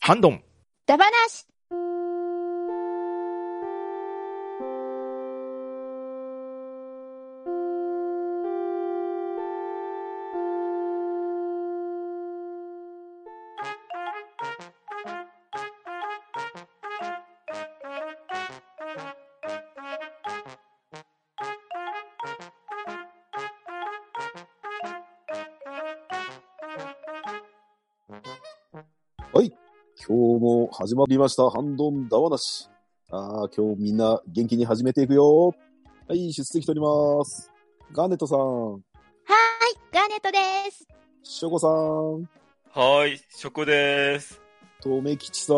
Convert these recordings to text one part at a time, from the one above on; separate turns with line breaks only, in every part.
ハンドン。
ダバなし
今日も始まりました。ハンドンダワなし。ああ、今日みんな元気に始めていくよ。はい、出席取ります。ガーネットさん、
はーい、ガーネットです。
ショコさん、
はーい、ショコでーす。
とめきちさん、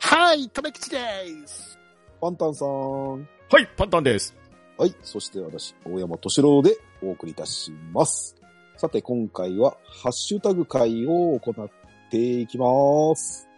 はい、とめきちです。
パンタンさん。
はい、パンタンです。
はい、そして私、大山敏郎でお送りいたします。さて、今回はハッシュタグ会を行っていきます。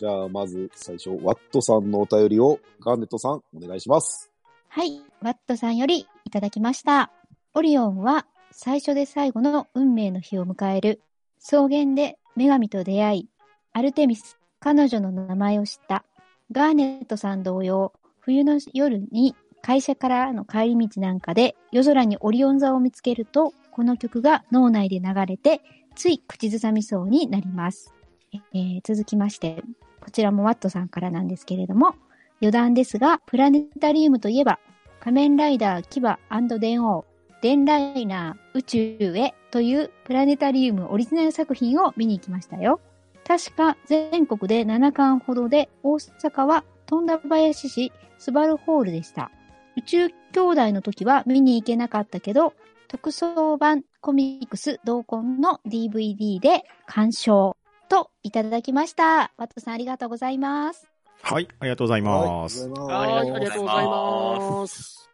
じゃあ、まず最初、ワットさんのお便りをガーネットさん、お願いします。
はい、ワットさんよりいただきました。オリオンは最初で最後の運命の日を迎える。草原で女神と出会い、アルテミス、彼女の名前を知った。ガーネットさん同様、冬の夜に会社からの帰り道なんかで夜空にオリオン座を見つけると、この曲が脳内で流れて、つい口ずさみそうになります。えー続きまして、こちらもワットさんからなんですけれども、余談ですが、プラネタリウムといえば、仮面ライダーキバ電王、電ライナー宇宙へというプラネタリウムオリジナル作品を見に行きましたよ。確か全国で7巻ほどで、大阪は富田林市スバルホールでした。宇宙兄弟の時は見に行けなかったけど、特装版コミックス同梱の DVD で鑑賞といただきました。ワットさんありがとうございます。
はい、ありがとうございます。
はい
は
あり
い、あ
が
り
とうござい
が
ます。
とうございます。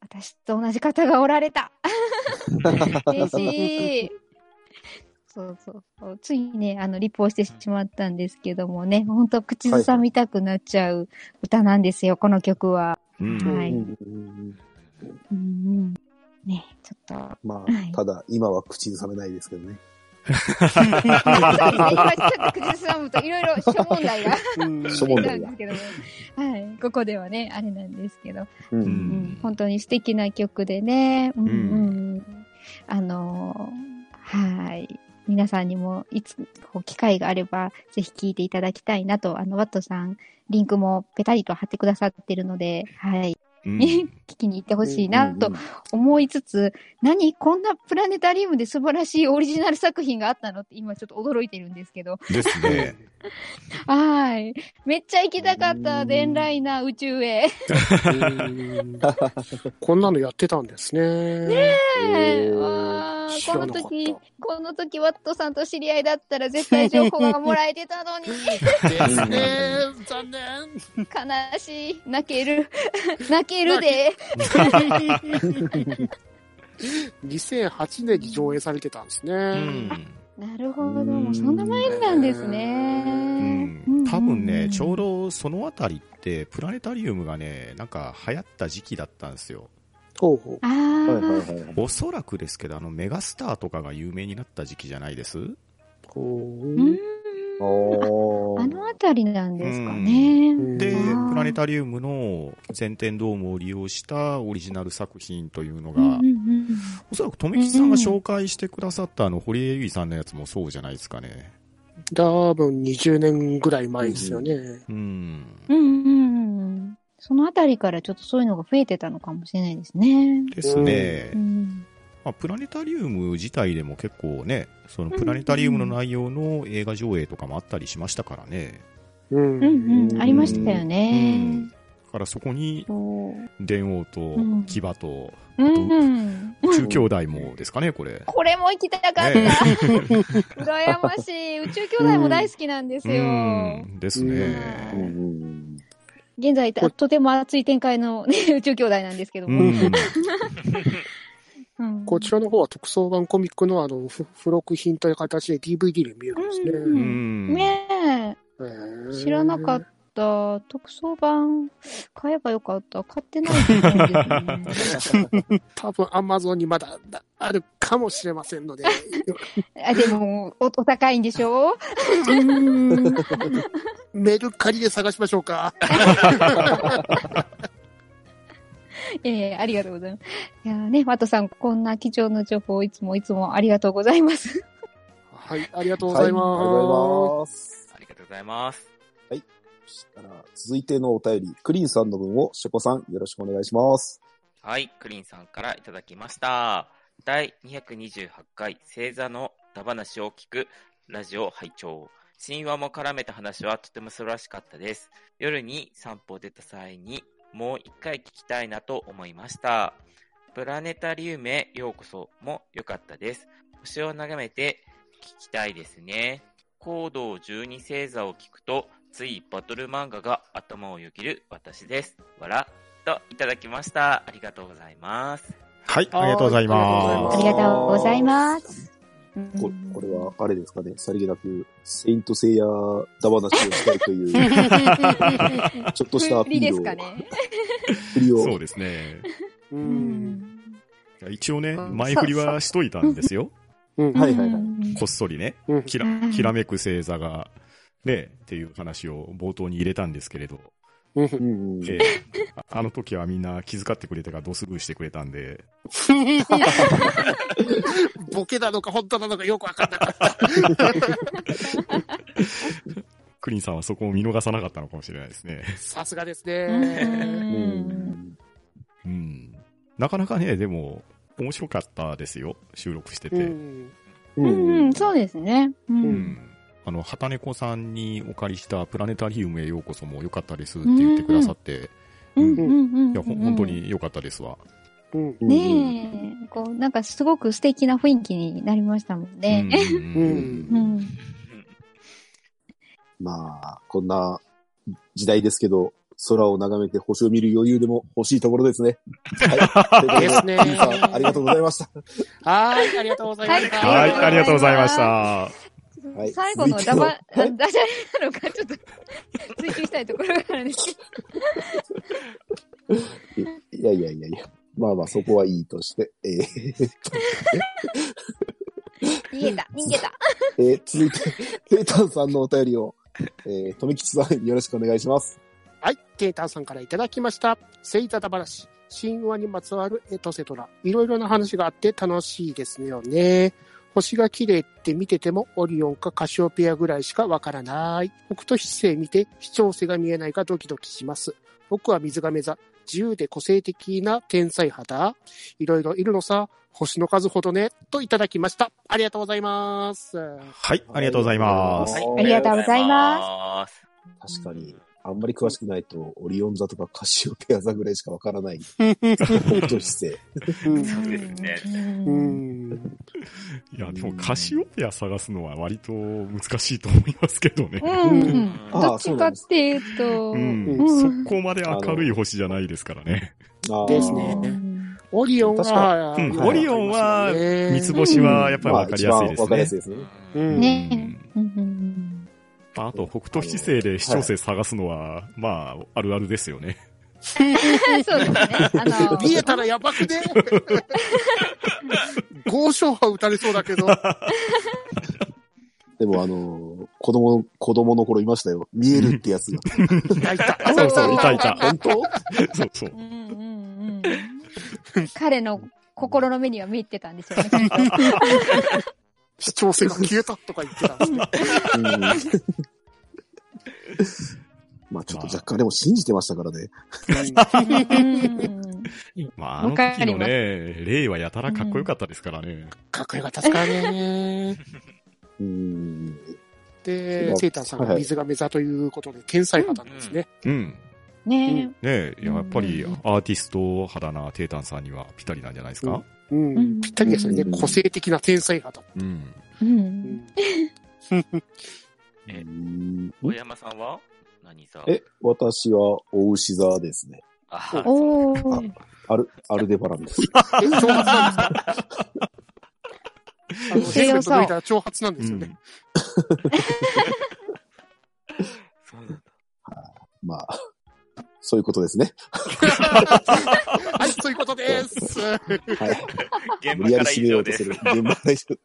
私と同じ方がおられた。嬉しい。そうそうそう。ついね、あの、立法してしまったんですけどもね、ほんと口ずさみたくなっちゃう歌なんですよ、この曲は。
うん
はいう
んうんうん
うんうん。ね、ちょっと。
ま
はい
あ、ただ、今は口ずさめないですけどね。
今ちょっと口ずさむといろいろ諸問題が出
諸問
たんで
題が
す。けども。はい。ここではね、あれなんですけど。
うん
う
うんん本当に素敵な曲でね。うん、
ん
うん。あのーはい。皆さんにもいつ、こう、機会があれば、ぜひ聴いていただきたいなと、あの、ワットさん、リンクもペタリと貼ってくださってるので、はい。
う
聞
ん
きに行ってほしいな
う
と
んうん
思いつつ、何こんなプラネタリウムで素晴らしいオリジナル作品があったのって今ちょっと驚いてるんですけど。
ですね。
はい。めっちゃ行きたかった、
うん
デンライナー宇宙へ。
こんなのやってたんですね。
へー
わあ
知
こ
らな
の
かった
時、この時、ワットさんと知り合いだったら絶対情報がもらえてたのに、
ですね。残念。
悲しい。泣ける。 泣けるで。
2008年に上映されてたんですね。
うん
なるほど。もうそんな前なんですね。
うん多分ね、ちょう
ど。
どそのあたりって、プラネタリウムがね、なんか流行った時期だったんですよ。
ほうほう。
あ
はいはい
ー
はいはい。
おそらくですけど、あの、メガスターとかが有名になった時期じゃないです
ほ
う。
うん
おー
あのあたりなんですかね。
で、
うん
プラネタリウムの全天ドームを利用したオリジナル作品というの
うんう
が
んう、ん
おそらく富木さんが紹介してくださったあの、堀江由衣さんのやつもそうじゃないですかね。
多分20年ぐらい前ですよね。
うん。
うんうんうん。そのあたりからちょっとそういうのが増えてたのかもしれないですね。
ですね。
うん
まあ、プラネタリウム自体でも結構ね、そのプラネタリウムの内容の映画上映とかもあったりしましたからね。
う
う。
んんうん。ありましたよ
う
ね
ん。。だからそこに、
そう
電王と
うん
牙と、
うん。
宇宙兄弟もですかね、これ。
これも行きたかった。
ね
羨ましい。宇宙兄弟も大好きなんです
う
よ。
ん。です
う
ね。
うんうん
現在、ととても熱い展開の、ね、 宇宙兄弟なんですけど
う
も。
ん。
うん
こちらの方は特装版コミックのあの、ふ付録品という形で DVD で見えるんですね
うん
うん
ねえ、
へー。
知らなかっった。特装版買えばよかった。買ってないと思うんですよね。
多分 Amazon にまだあるかもしれませんので。
あでもお、お高いんでしょ
メルカリで探しましょうか。
ええありがとうございます。いやーね、ワトさん、こんな貴重な情報をいつもいつもありがとうございます。
はい、ありがとうございます。
はいありがとうございます。
ありがとうございます。
そしたら、続いてのお便り、クリンさんの分を、ショコさん、よろしくお願いします。
はい、クリンさんからいただきました。第228回星座のダ話を聞くラジオ拝聴。神話も絡めた話はとても素晴らしかったです。夜に散歩を出た際にもう一回聞きたいなと思いました。プラネタリウムへようこそも良かったです。星を眺めて聞きたいですね。高度12星座を聞くとついバトル漫画が頭をよぎる私です。わらといただきました。ありがとうございます。
はい、ありがとうございま
あ
す。
りがとうございます。
こ
うん
これは、あれですかね、さりげなく、セイントセイヤーダバナシをしたいという、 ちょっとしたアピ
いいで
ール
す
を、
かね。
振りを。
そうですね。
う。
うんん。
一応ね、
うん
前振りはしといたんですよ。
うん。
はいはいはい
うん
こっそりね。
うん
きら
うん
きらめく星座が、ね、っていう話を冒頭に入れたんですけれど、
うん
うんうん。
ええああの時はみんな気遣ってくれたからドスルーしてくれたんで、
ボケなのか本当なのかよくわかんなかった。
クリンさんはそこを見逃さなかったのかもしれないですね。
さすがです
う
ね。
うんん
うん。なかなかね、でも、面白かったですよ、収録してて。
う
うん。
ん。
うんうん、そうですね。う。
うん
あの、畑猫さんにお借りしたプラネタリウムへようこそも良かったですって言ってくださって、
うんうんうん。
いや、ほん本当。に良かったですわ。
うん。
うん
ねえ、こう、なんかすごく素敵な雰囲気になりましたもんね。
うんうんうん
うん
うん。
まあ、こんな時代ですけど、空を眺めて星を見る余裕でも欲しいところですね。 はい。
ですね
ということでさんありがとうございました。
はい、ありがとうございました。
はい、ありがとうございました。
はい
最後のダ
続
バ
い、てのはい
ダジャレなのか、ちょっと追求したいところがあるんですけど。
いやいやいやいや。まあまあ、そこはいいとして。えー
逃げた、逃げた。
えー続いて、ペータンさんのお便りを、えー、富吉さん、よろしくお願いします。
はい、ケーターさんからいただきました。聖座だ話、神話にまつわるエトセトラ。いろいろな話があって楽しいですよね。星が綺麗って見ててもオリオンかカシオペアぐらいしかわからない。北斗七星見て視聴星が見えないかドキドキします。僕は水亀座。自由で個性的な天才肌。いろいろいるのさ。星の数ほどね。といただきました。ありがとうございます。
はい、ありがとうございます。
ありがとうござい
ま
確かに、あんまり詳しくないと、オリオン座とかカシオペア座ぐらいしかわからない女子生。
そうですね
う
うん。
ん
いや、でもカシオペア探すのは割と難しいと思いますけどね。
うん
う
うん。
あ
どっ
そ
ち
うな
か
ん
っ
です
ていうと、
うん
うん
そこまで明るい星じゃないですからね。
あー
です
う
ね
ん
オリオン
確
は、
うん
はい
オリオンは
ありますよ
三
ね
つ星はやっぱり
まあ
分かりやすいで
一番わかりや
す
すい
ね。
ですね。
う
うんん
ねうんうん
あと、北斗七星で視聴星探すのは、まあ、あるあるですよね。
うんそうですね。あ の、
見えたらやばくね豪商は打たれそうだけど。
でもあの、子供の、子供の頃いましたよ。見えるってやつが。
泣いた。
そうそう、いたいた。
本当
そうそう
う。んうんうん。彼の心の目には見えてたんですよね。
視聴性が消えたとか言ってたんですね。
うん まあちょっと若干でも信じてましたからね。
うん
まあ、あの時のね、霊はやたらかっこよかったですからね。
かっこよかったですからね。
うん。
で、セイタンさんが水が座ということで、天才肌なんですね。
うん。
ね
ねえ、やっぱりアーティスト肌なテータンさんにはぴったりなんじゃないですか。
うん。
うん
ぴったりですよね。
うん
個性的な天才肌。
うん。
え。う。
うんん
え
うん
小山さんは何座
え、私は、お牛座ですね。
あ
お
あ
ー。
アル、アルデバランです。
え、挑発なんですかあの、ヘルメット脱いだら挑発なんですよね。
そうなんだ。
そういうことですね。
はい、そういうことです。
はい。
現
無
場
理
か
やり
ら以
締めよ
上
うと
ですす
る。。現場大丈夫。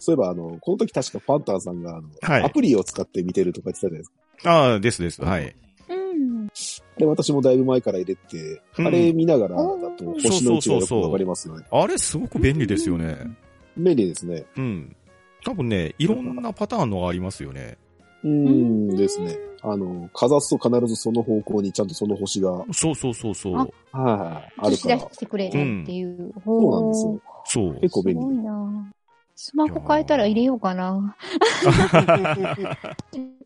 そういえば、あの、この時確かパンタンさんが、あの、
はい
アプリを使って見てるとか言ってたじゃないですか。
ああ、ですです。はい。
うん。
あれ私もだいぶ前から入れて、
うん
あれ見ながらだ
お
と
ー
星の位置が
そうそうそう
よく
そう
わかりますよね。
あれ、すごく便利ですよね。
便利ですね。
うん。多分ね、いろんなパターンのがありますよね。
うー
うん
んですね。あの、かざすと必ずその方向にちゃんとその星が、はい
そうそうそうそ
あ
う。
はい、あ
映
る
し
から
出。してくれるっていう。
そうなんですよ。
そう。
結構
すご
便
い
利。
なスマホ変えたら入れようかな。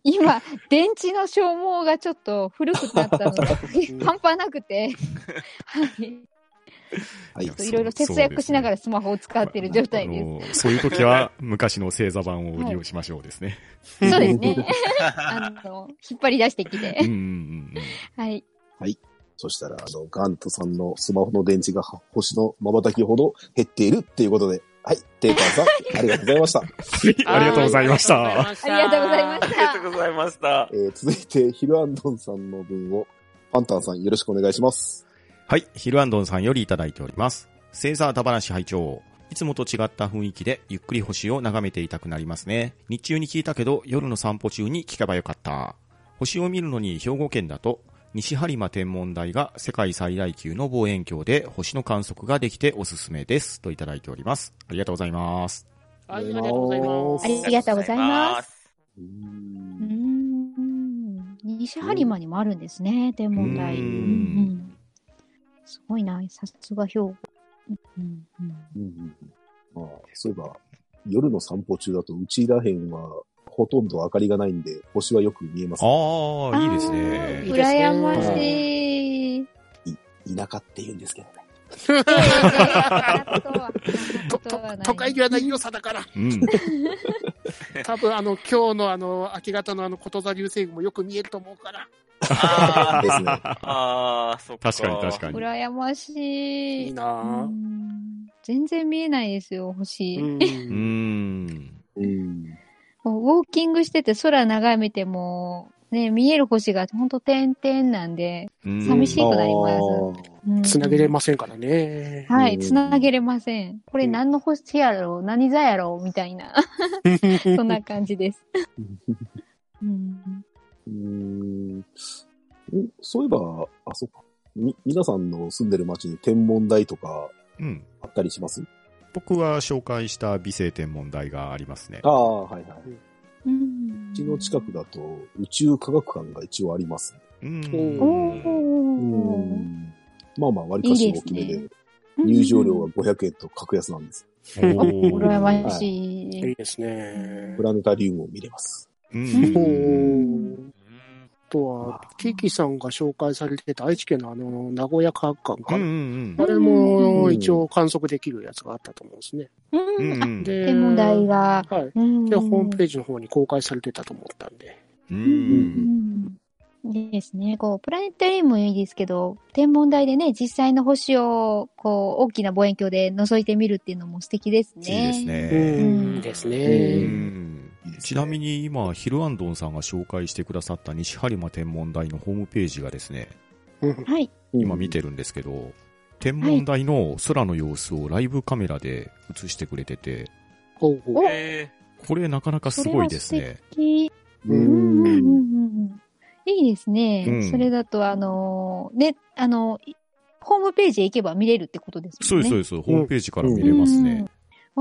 今、電池の消耗がちょっと古くなったので、半端なくて、はい。
はい。
そう
いろいろ節約しながらスマホを使ってる状態です。
あのそういう時は、昔の星座版を利用しましょうですね。
あの
そうですね。あの、引っ張り出してき
うんう
て。
んうんうん。
はい。
そしたら、あの、ガントさんのスマホの電池が星の瞬きほど減っているっていうことで、はい、テイカー さん、ありがとうございました。
ありがとうございました。
ありがとうございま
し。
した
ありが
た
と。うございました。
え。ー続いて、ヒルアンドンさんの分を、パンタンさんよろしくお願いします。
はい、ヒルアンドンさんよりいただいております。星座田話拝聴いつもと違った雰囲気でゆっくり星を眺めていたくなりますね。日中に聞いたけど夜の散歩中に聞けばよかった。星を見るのに兵庫県だと西播磨天文台が世界最大級の望遠鏡で星の観測ができておすすめです。といただいております。ありがとうございます。
ありがとうございます。
ありがとうございます
うー
うー
ん
ん。西播磨にもあるんですね、天文台。
う
うんんうんすごいな、さすが兵庫。うんうん
うんうんうんまあ、そういえば、夜の散歩中だと、うちらへんは、ほとんど明かりがないんで、星はよく見えます。
ああ、いいです
いい
ね。
ですね
羨ましい。
田舎って言うんですけどね。
いやいやいやそんなことは
とと都会ではない良さだから、
うん。
多分あの今日のあの明け方のあのこと座流星群もよく見えると思うから、
あ
で
ー
す ね。
あー、そっか。
確かに確かに。
羨まし
いい
い。
な
う
ぁ。
ん全然見えないですよ、星。
うーん。
うん。
もうウォーキングしてて空眺めても、ね、見える星がほんと点々なんで、
うん
寂しいくなります
あー
うん
つなげれませんからね。
は
う
い、
ん
つなげれません。これ何の星やろう何座やろうみたいな、そんな感じです。うん
うーんおそういえば、あ、そっか。み、皆さんの住んでる町に天文台とか
うん。
あったりします
僕は紹介した美声天文台がありますね。
ああ、はいはい。
うん
うちの近くだと宇宙科学館が一応あります。
うん
お
う
ー。
ん。まあまあ、割かし大きめ
いい
で
で、
入場料が500円と格安なんです。
お
うん。羨
い。
ましい。
いいですね
プ。ラネタリウムを見れます。
うん
お
ん
ーあとは、キーキさんが紹介されてた愛知県のあの、名古屋科学館か
うんうん
な。あれも一応観測できるやつがあったと思うんですね。
う
う
ん。
ん
う
あ
ん
で
天文台が。
はい。
うん
で、ホームページの方に公開されてたと思ったんで。
う。
うんんいいですね。こう、プラネタリウムもいいですけど、天文台でね、実際の星を、こう、大きな望遠鏡で覗いてみるっていうのも素敵です
いい
ね。
です
う
ね。
ん、です
う
ね。
んちなみに今、ヒルアンドンさんが紹介してくださった西播磨天文台のホームページがですね、
うん
はい。
今見てるんですけど、天文台の空の様子をライブカメラで映してくれてて、
ほうほう。
え
これなかなかすごいですね。
き
う。
うんうんうんうんん。いいですね。
うん
それだと、あのーね、あのーいホームページへ行けば見れるってことです
そう
も
んです、
ね。
そう
う
です。ホームページから見れますね。
ん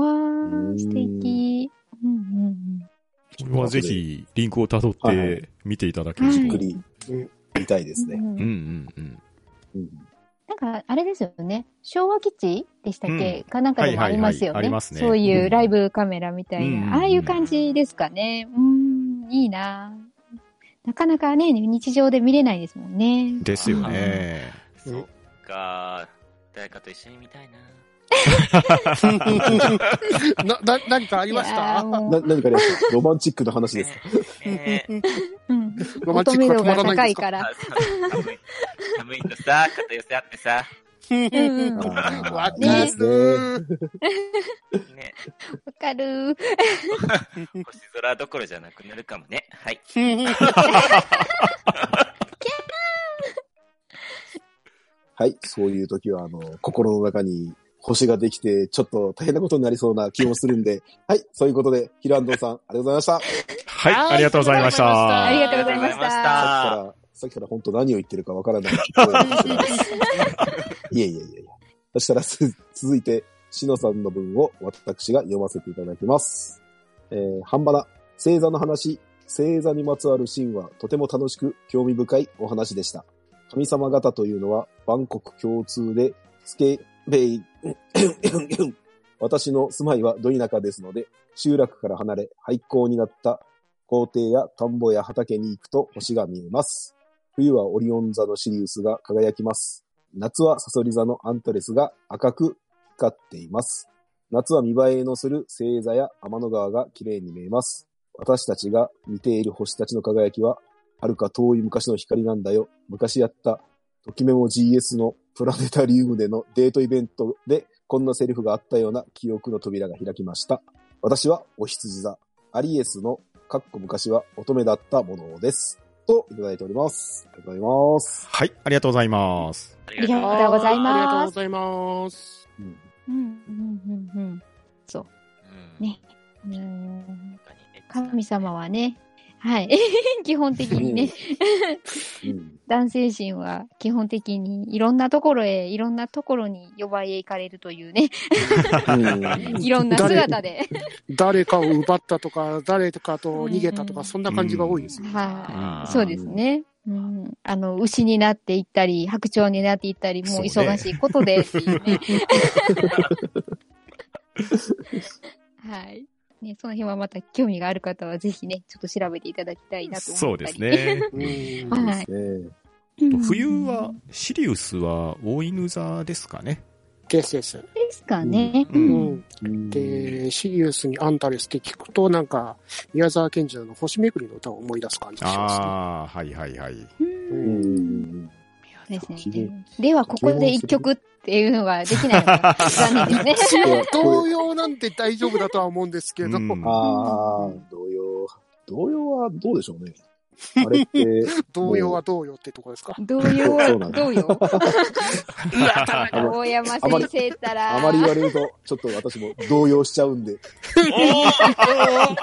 わー、素敵。うんうんうん。
これはぜひ、リンクをたどっ
はいは
て見ていただける
は
と。
い
ゆっくり見たいですね。
うんう
う
ん
んうんうん。
うん
なんか、あれですよね。昭和基地でしたっけ、かなんかでも
は
あ
いはいはい
りますよね。
ありますね
そういうライブカメラみたいな。
うん
ああいう感じですかね。うん、いいななかなかね、日常で見れないですもんね。
ですよね。
ー、そっか。誰かと一緒に見たいな。
な、な、何かありまし
いやー
た
もう
な、何かね、 ロマンチックな話ですか
ねえ
うん。
ロマンチックが止まらないんですか
ら
あそう寒い寒いんださ、肩寄せ合ってさ。
うん
わ
あ
か
ーいいですね。
る。
ね、
わかる。
星空どころじゃなくなるかもね。はい。
はい、そういう時は、あの、心の中に星ができて、ちょっと大変なことになりそうな気もするんで、はい、そういうことで、ヒルアンドさん、ありがとうございました。さっ
はい、
はい
ありがとうございました。
ありがとうございまし
き
た
あ
から、さっきから本当何を言ってるかわからない。いやいやいやいや。そしたら、す続いて、しのさんの文を私が読ませていただきます。えー、半ばな、星座の話、星座にまつわる神話、とても楽しく興味深いお話でした。神様方というのは、万国共通で、スケベイ、 私の住まいはど田舎ですので、集落から離れ、廃校になった校庭や田んぼや畑に行くと星が見えます。冬はオリオン座のシリウスが輝きます。夏はサソリ座のアントレスが赤く光っています。夏は見栄えのする星座や天の川が綺麗に見えます。私たちが見ている星たちの輝きは、はるか遠い昔の光なんだよ。昔やった、ときめも GS のプラネタリウムでのデートイベントで、こんなセリフがあったような記憶の扉が開きました。私はお羊座、アリエスの、かっこ昔は乙女だったものです。と、いただいております。ありがとうございます。
はい、ありがとうございます。
りがとうござ
あ
い
りがとうございます
ありがとうございます。
うん
うんうんうんうん
ます。
ねうん
確かにね
神様はね、はい。 基本的に ね、
うん
男性陣は基本的にいろんなところへ、いろんなところに呼ばれ行かれるというね、
うん
いろんな姿で。
誰かを奪ったとか、誰かと逃げたと
うんうん
か、そんな感じが多いですね。
は
あー
い。そうですね。うん、あの、牛になっていったり、白鳥になっていったり、もう
そうね
忙しいこ とで っていうね。はい。ね、その辺はまた興味がある方はぜひね、ちょっと調べていただきたいなと
そ
思
う
っ
で
たり。
す。ね。
うん
はい
いいですね。
冬は、シリウスは大犬座ですかね。
ですです。
ですかね。
う
うんん。で、シリウスにアンタレスって聞くと、なんか、宮沢賢治の星巡りの歌を思い出す感じがしますね。
ああ、はいはいはい。
うん
う
うん
ん
です
綺麗
ね。では、ここで一曲っていうのはできないのが 残念ですね。
一応同様なんて大丈夫だとは思うんですけど、
うん
ああ、同様。同様はどうでしょ うね。あれって、
同様は同様ってとこですか。
同様は
そうなんだ
どうよ。
あの
大山先生ったら。
あまり言われると、ちょっと私も動揺しちゃうんで。
おー重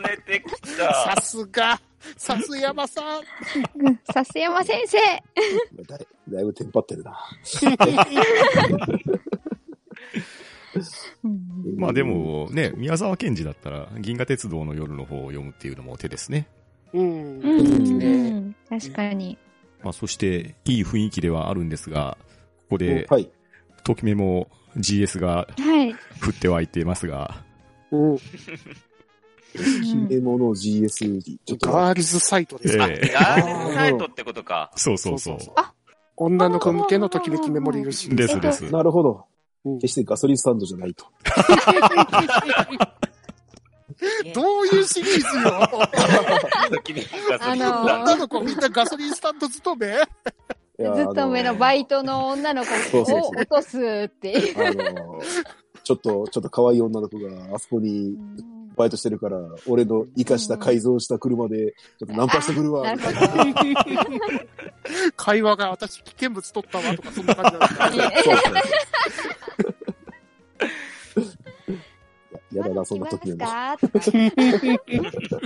ねてきた。
さすが、さす山さん。
笹山先生
だいだいぶテンパってるな。
まあで、もね、宮沢賢治だったら、銀河鉄道の夜の方を読むっていうのも手ですね。
うん。
うんうんう
ね
ん確かに。
まあそして、いい雰囲気ではあるんですが、ここで、
はい。
ときめも GS が
はい。
降って湧いていますが、
うん
獲物 GS に、ちょっと、
ガールズサイトですか。
ええ
ガールズサイトってことか。
そうそうそう。
女の子向けのときめきメモリールシ リー
で
ズ。
すです。
なるほど。
うん
決してガソリンスタンドじゃないと。
どういうシリーズ よ。
あ
あ
のー
女の子みんなガソリンスタンド勤め
い
ず
や
っと上のバイトの女の子
そうそう
を
そう
落とすっていう。
あのあの、ちょっと、ちょっと可愛い女の子があそこにバイトしてるから、俺の生かした改造した車で、ちょっとナンパしてくるわ
な。るほ
会話が私危険物取ったわとかそんな感じなんで
ど。いえ
すか
そうそうそう。ややだな、そんな時
聞き
でも。
ますかとか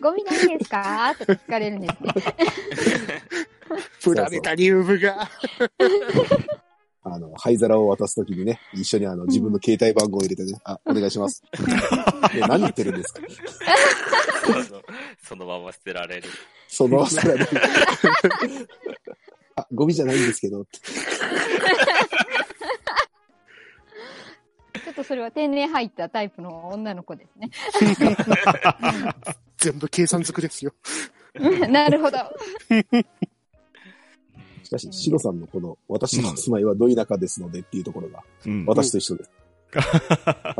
ゴミないですかとか聞かれるんですね。
プラネタリウムが。
あの、灰皿を渡すときにね、一緒にあの、自分の携帯番号を入れてね、あ、お願いし ます。いや何言ってるんですか
そのまま捨てられる。
そのさ らに。あ、ゴミじゃないんですけど、って
ちょっとそれは天然入ったタイプの女の子ですね。
全部計算づくですよ。
なるほど。
しかし、シロさんのこの、私の住まいはど田舎ですのでっていうところが、
うん
私と一緒です。確か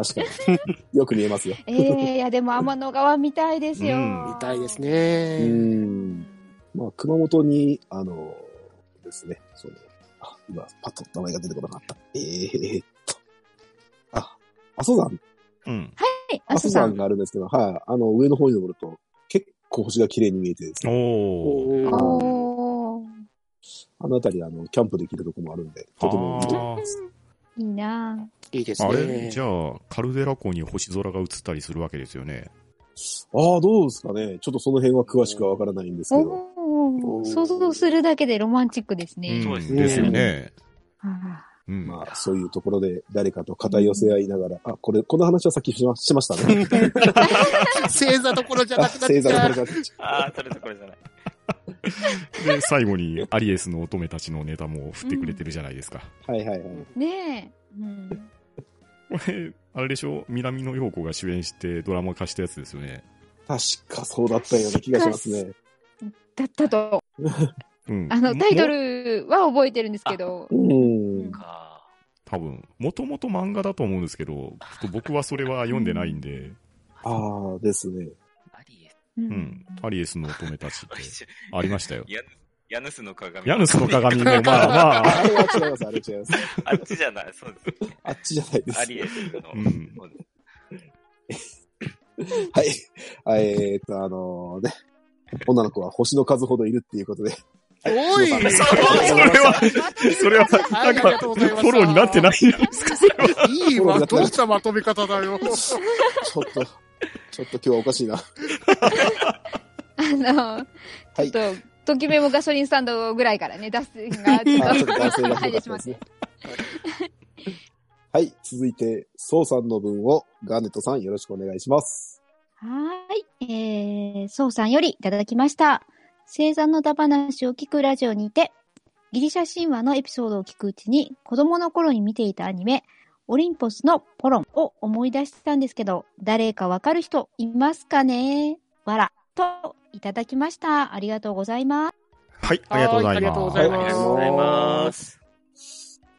に。よく見えますよ。
ええいやでも天の川みたいですよ。
うん
みたいです
う
ね。
ん。まあ、熊本に、あの、ですね、その、あ、今、パッと名前が出てこなかった。えーっと、あ、阿蘇山
うん。
はい、
阿
阿
蘇
蘇さ
山
ん。
があるんですけど、はい、あの、上の方に登ると、結構星が綺麗に見えてですね、
おー。
おー
おー。
あの辺り、あの、キャンプできるとこもあるんで、とてもいいと思います。
いいなぁ
いいです
あ
ね。
れじゃあ、カルデラ湖に星空が映ったりするわけですよね。
ああ、どうですかね。ちょっとその辺は詳しくはわからないんですけど。
お
お
お、
ー
想像するだけでロマンチックですね。
そううんです
ね
ですよね。
あ
うん。
まあ、そういうところで誰かと肩寄せ合いながら、あ、これ、この話はさっきしましました ね。
星座どころじゃ
あ、
なくなっ
星座
ち
の
ゃう。
話は
ああ、それとこれじゃない。
で、最後にアリエスの乙女たちのネタも振ってくれてるじゃないですか。
はいはいはい。
あ、ねえ。うん。
これ、あれでしょ南野陽子が主演してドラマ化したやつですよね。
確かそうだったような気がしますね。
だったと。
うん。
あの、タイト
も
ルは覚えてるんですけど
う。ん。
か
多分、もともと漫画だと思うんですけど、ちょっと僕はそれは読んでないんで、
ああ、ですね。
アリエス
う
うん。アリエスの乙女たちって
一緒
ありましたよ。
ヤヌヤヌスの鏡。
ヤヌスの鏡もまあまあ、
あれは違います、あれ違います。
あっちじゃない、そうですね。
あっちじゃないで
ア
す。
リエスの。
うん
はい。あえーっと、あのね、女の子は星の数ほどいるっていうことで。
おい
そうだね
それは、それは、なん
あり
か、
が
フ
とうございました
ォローになってないんですか
いいわ、どうしたまとめ方だよ。
ちょっと、ちょっと今日はおかしいな。
あの、
は
ちょ
い
っと、ときめもガソリンスタンドぐらいからね、脱線がちょ
あ
っ
ちょ
と
っと男性が
入っ
ひどか
て
っ
したま
で
っ
す
て
ね。はい、続いて、ソウさんの分をガーネットさんよろしくお願いします。
はーい。えー、そうさんよりいただきました。星座のだ話を聞くラジオにて、ギリシャ神話のエピソードを聞くうちに、子供の頃に見ていたアニメ、オリンポスのポロンを思い出したんですけど、誰かわかる人いますかねわら。と、いただきました。ありがとうございます。
はい、ありがとうございます。
ありがとうござい
あり
ま
が
す
とうございます。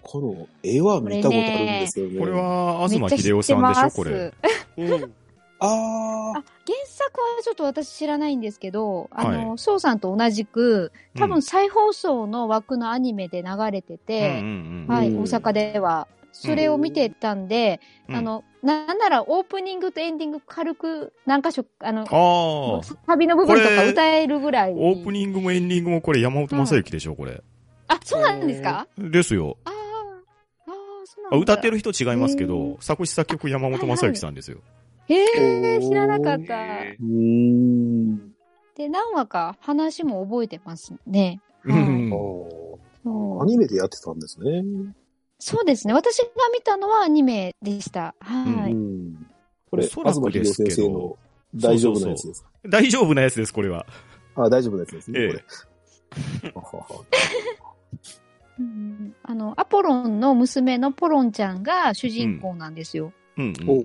この絵は見たことあるんですけどね。
これ。は、
めっ
東
ちゃ
秀夫さんでしょこれ。
うん。
あー
あ、原作はちょっと私知らないんですけど、あ
は
の、そうさんと同じく、多分再放送の枠のアニメで流れて
うん、うん
て、
うんうん
はい、
うん
大阪では。それを見てたんで、
うん
あの、なんならオープニングとエンディング軽く何箇所、あの
あ、あ、
サビの部分とか歌えるぐらい。
オープニングもエンディングもこれ山本正幸でしょ、これ。
あ、そうなんですか
ですよ。
あーあー、そうなん
あ
だ。
歌ってる人違いますけ
へ
ど
ー、
作詞作曲山本正幸さんですよ。
へえ、知らなかった。
へー
うーん。
で、何話か話も覚えてますね。
う
はい
ん
あ
うん
そう
ーアニメでやってたんですね。
そうですね。私が見たのはアニメでした。はい。
うんこれ、
おそらく
東秀
で
夫
すけ
先
ど
生の大丈夫なやつですか。
大丈夫なやつです、これは。
あ、大丈夫なやつですね、
ええ
これ。
うんあの、アポロンの娘のポロンちゃんが主人公なんですよ。
うんうん
お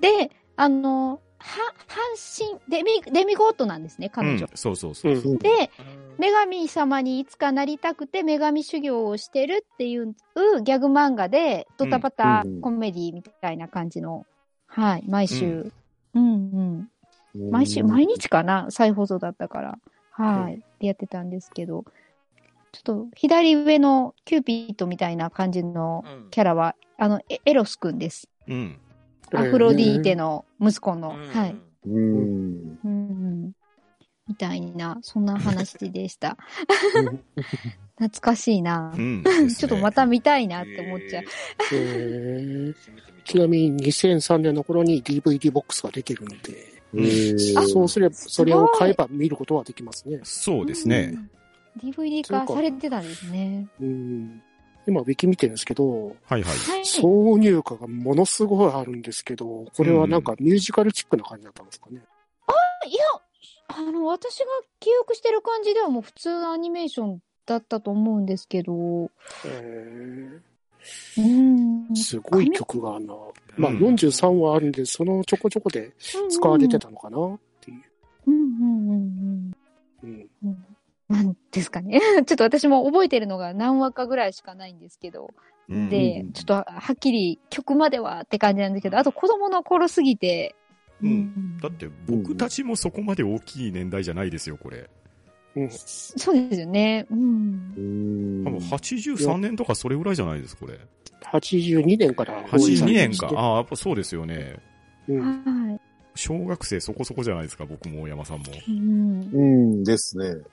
で、あの、は、半身、デミ、デミゴートなんですね、彼
う
女。
んそうそうそうう。
ん。
で、女神様にいつかなりたくて女神修行をしてるっていうギャグ漫画で、ドタバタ
うん
コメディみたいな感じの、はい、毎週。うん、うん。
うん
毎週、毎日かな再放送だったから。はい。でやってたんですけど、ちょっと左上のキューピートみたいな感じの
うん
キャラは、あの、エエロスくんです。
うん。
アフロディーテの息子の。はい。。
うん。
うんうんみたいな、そんな話でした。懐かしいな
う。ん。ですね
ちょっとまた見たいなって思っちゃう。
へーち
ち
なみに2003年の頃に DVD ボックスが出てるので、
えー
そうすれば、それを買えば見ることはできますね。
そうですね。
うん。DVD
そう
化
か
されてたんですね。
うん。今、ウィキ見てるんですけど、
はいはい。
はい。
挿入歌がものすごいあるんですけど、これはなんかミュージカルチックな感じだったんですか
い
ね。
や、あの、私が記憶してる感じではもう普通のアニメーションだったと思うんですけど。
へ
うん
ー。すごい曲がな。まあ
うん
43話あるんで、そのちょこちょこで使われてたのかなっていう。
うんうんうん
うん。
うんうん。なんですかね。 ちょっと私も覚えてるのが何話かぐらいしかないんですけど。
うん
で、ちょっとはっきり曲まではって感じなんですけど、あと子供の頃すぎて。
うんだって僕たちもそこまで大きい年代じゃないですよ、これ。
うん。
そうですよね。うん。
うん
多分83年とかそれぐらいじゃないです、これ。
82年から放
82
映されてま
年
して
か。ああ、やっぱそうですよね。
うん。
は
小学生そこそこじゃないですか、僕も山さんも。
い。うん。
うんですね。
う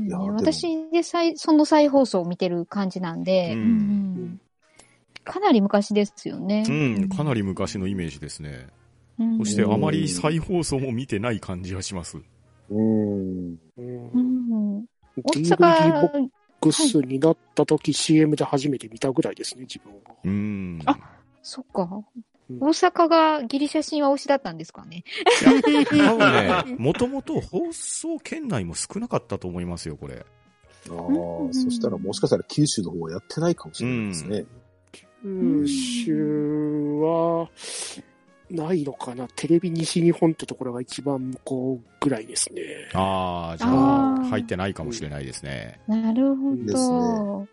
ん
いや
ね
でも
私で再、その再放送を見てる感じなんで、
う
うんんうんかなり昔ですよね。
うん、かなり昔のイメージですね。
うん
そしてあまり再放送も見てない感じがします。
うん。
うん
うん大
DVD ボッ
阪、
クスになった時、CM で初めて見たぐらいですね、自分は。
うん。
あそっか。
うん
大阪がギリシャ神話推しだったんですかね。
多分ね、もともと放送圏内も少なかったと思いますよ、これ。
あ
う
あ、
ん
そしたらもしかしたら九州の方はやってないかもしれないですね。
九州は、ないのかな。テレビ西日本ってところが一番向こうぐらいですね。
ああ、じゃ
あ
あ、
ー
入ってないかもしれないですね。
なるほ
いい
です
ど。
ね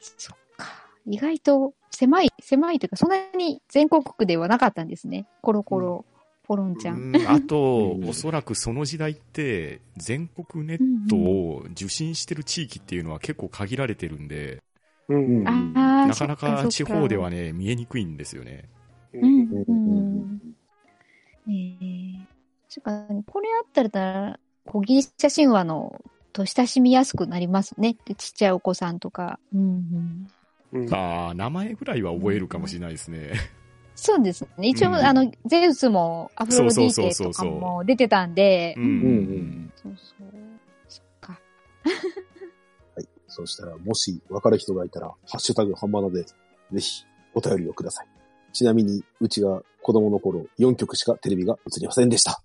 そっか。意外と狭い、狭いというか、そんなに全国区ではなかったんですね。コロコロ、ポロンちゃ
う
ん。
んあと、
うん
おそらくその時代って、全国ネットを受信してる地域っていうのは結構限られてるんで、
う
うん
ん。
ああ、
なかな
そっ
か
そ
地
っ
方ではね、見えにくいんですよね。
う
うんん。うん。ねえ。確かに、これあったら、こうギリシャ神話のと親しみやすくなりますね。でちっちゃいお子さんとか。うんうん。
うん
ああ、名前ぐらいは覚えるかもしれないですね。
そうですね。一応、
うん
あの、ゼウスもアフロディーテとか
そうそうそうそうそ
も出てたんで
う。
うん
ん。
そうそう。そっか。
そしたらもしわかる人がいたら、ハッシュタグハンバナで、ぜひお便りをください。ちなみに、うちが子供の頃、4曲しかテレビが映りませんでした。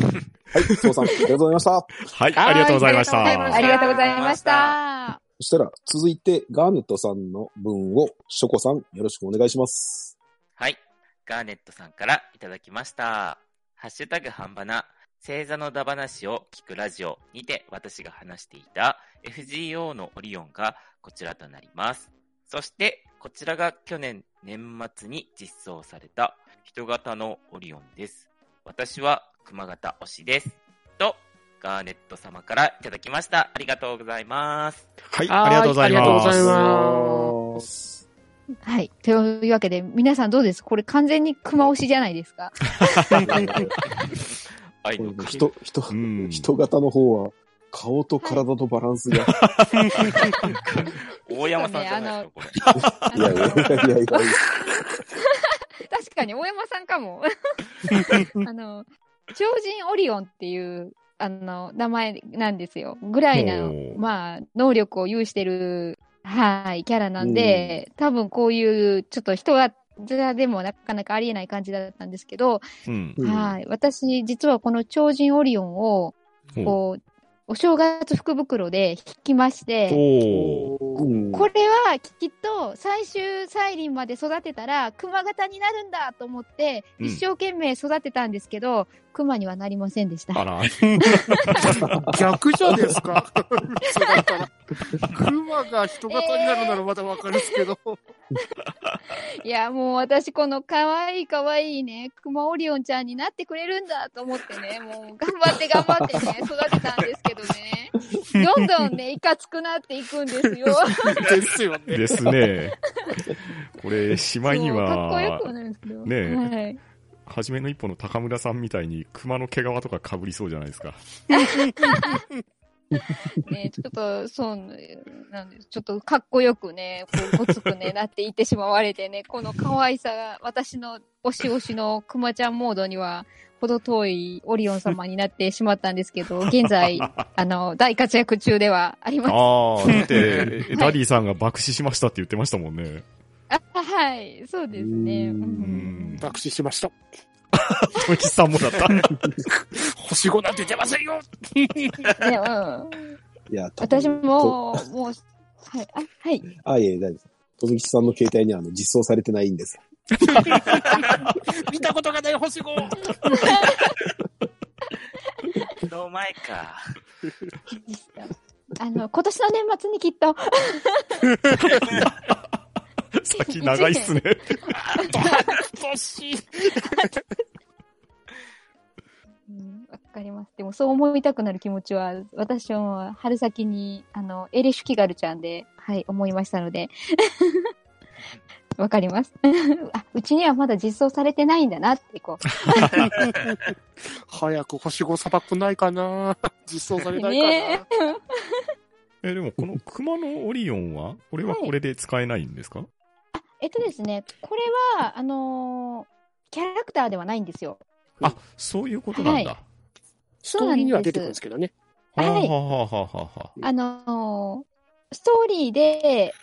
はい、そうさん、ありがとうございました。
はい、ありがとうございました。
ありがとうございました。
そしたら、続いて、ガーネットさんの文を、ショコさん、よろしくお願いします。
はい。ガーネットさんからいただきました。ハッシュタグ半ばな、星座のだ話を聞くラジオにて私が話していた FGO のオリオンがこちらとなります。そして、こちらが去年年末に実装された人型のオリオンです。私は熊型推しです。と、ガーネット様からいただきました。ありがとうございます。
はい、ありがとうござい
ありがとうご
ま
ざい
す。
ます。
はい。というわけで、皆さんどうですこれ完全に熊推しじゃないですか
愛
こ
の
の
かけ
人、人、
うん
人型の方は、顔と体のバランスが、
大山さんじゃないですか、これ。
い、やいやいやいやい
確
や、
かに大山さんかも。 あの、超人オリオンっていう、あの、名前なんですよ。ぐらい
お
の
ー、
まあ、能力を有してる、はい、キャラなんで、多分こういう、ちょっと人が、でもなかなかありえない感じだったんですけど、
うん。
うん
はい。私、実はこの超人オリオンを、
お
こう、お正月福袋で引きまして、
おー
うん
これはきっと最終再臨まで育てたら熊型になるんだと思って
うん
一生懸命育てたんですけど、熊にはなりませんでした。
あら、
逆じゃないですか。 そうだったら熊が人型になるならまだわかるんですけど。
いやもう私この可愛い可愛いね熊オリオンちゃんになってくれるんだと思ってねもう頑張って頑張って ね育てたんですけどねどんどんねいかつくなっていくんですよ。
ですよね。
ですね。これ、しまいに
そうかっこよ
は
くは、なるんですけど。
ねえ
はい
初めの一歩の高村さんみたいに熊の毛皮とか被りそうじゃないですか。
ね、ちょっと、そう、なんです。ちょっと、かっこよくね、こう、ごつくね、なっていってしまわれてね、この可愛さが、私の推し推しのくまちゃんモードには、ほど遠いオリオン様になってしまったんですけど、現在、あの、大活躍中ではあります。
ああ、だって、ダディさんが爆死しましたって言ってましたもんね。
あはい、そうですね。
う
う
ーん
うん
ん。
爆死しました。
トキさんもだった。
星5なんて出ませんよ
ねうん、
いや、多分
私も、もう、はい、あ、はい。
あ、いえ、大丈夫です。とずきさんの携帯にはあの実装されてないんです。
見たことがない星 5!
の前か。
あの、今年の年末にきっと、
先長いっすね。
年
うんわかります。でもそう思いたくなる気持ちは、私はもう春先に、あの、エレシュキガルちゃんで、はい、思いましたので。わかります。 あ、うちにはまだ実装されてないんだなって、こ
早く星5砂漠ないかな実装されないかな、
ね
え、でもこの熊のオリオンは、これはこれで使えないんですか、
えっとですね、これは、あのーキャラクターではないんですよ。
はい
あ、そういうことなんだ。
は
ストーリーには出てくるんですけどね。
い
はあ、
はい
はあはあはあはあ
あのーストーリーで、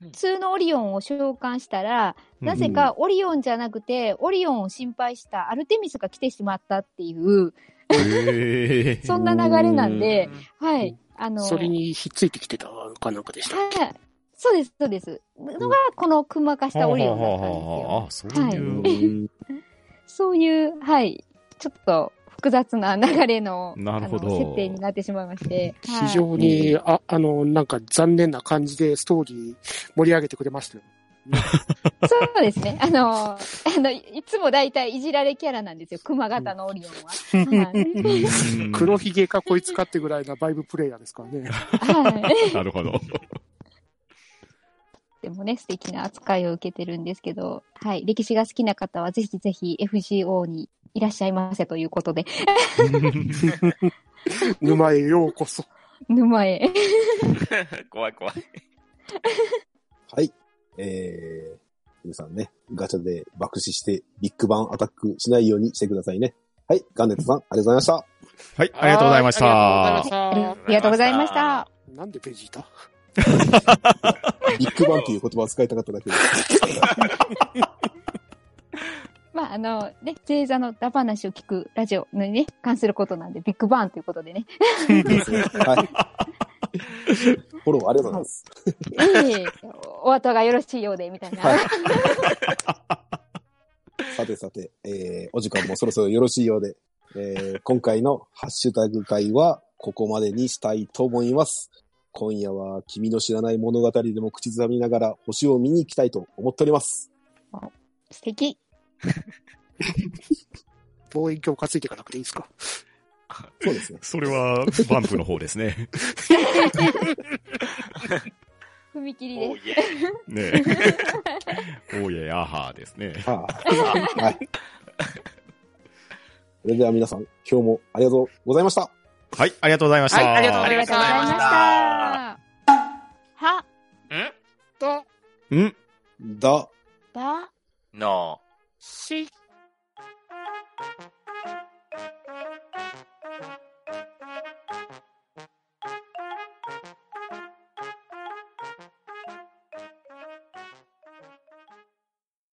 普通のオリオンを召喚したら、
うん
なぜかオリオンじゃなくて、オリオンを心配したアルテミスが来てしまったっていう、
へえ。
そんな流れなんで、は
う
い。あのー
それにひっついてきてたかなんかでした。
はい。そうです、そうです。のが、このくま化したオリオンだったんです
はあはあはあはあ
よ。
あ、そういう、
うん
そういう、はい。ちょっと複雑な流れの
なるほど
あの設定になってしまいまして。はい
非常に、あ、あの、なんか残念な感じでストーリー盛り上げてくれましたよ。
そうですね。あの、あの、いつも大体いじられキャラなんですよ。熊型のオリオンは。はい。
うん
黒ひげかこいつかってぐらいなバイブプレイヤーですからね。
は い
なるほど。
でもね、素敵な扱いを受けてるんですけど、はい。歴史が好きな方はぜひぜひ FGO にいらっしゃいませということで、
沼へようこそ。
沼へ。
怖い怖い。
はい。えー、皆さんね、ガチャで爆死してビッグバンアタックしないようにしてくださいね。はい。ガンネットさん、ありがとうございました。
はい、ありがとうございまし
は
た
いあり
ありありが
がとうございま。した
とうございました。
なんでベジータ
ビッグバンという言葉を使いたかっただけです。
まあ、あの、ね、星座のダ話を聞くラジオのにね、関することなんで、ビッグバーンということでね。
はい。フォローありがとうございます。
ええお後がよろしいようで、みたいな。
はいさてさて、えー、お時間もそろそろよろしいようで、えー、今回のハッシュタグ会はここまでにしたいと思います。今夜は君の知らない物語でも口ずさみながら星を見に行きたいと思っております。
素敵。
望遠鏡担いていかなくていいですか
そうですね。
それは、バンプの方です ね。
踏切
お
で
ういえ
ね え。おややはーですね。
啊
はい。はい。それでは皆さん、今日もありがとうございました。
はい、ありがとうございました。
はいありがとうご
あ
ざ
り
いま
が
し
と
た
うございました。は、
ん
と、
うん
だ、
だ、
の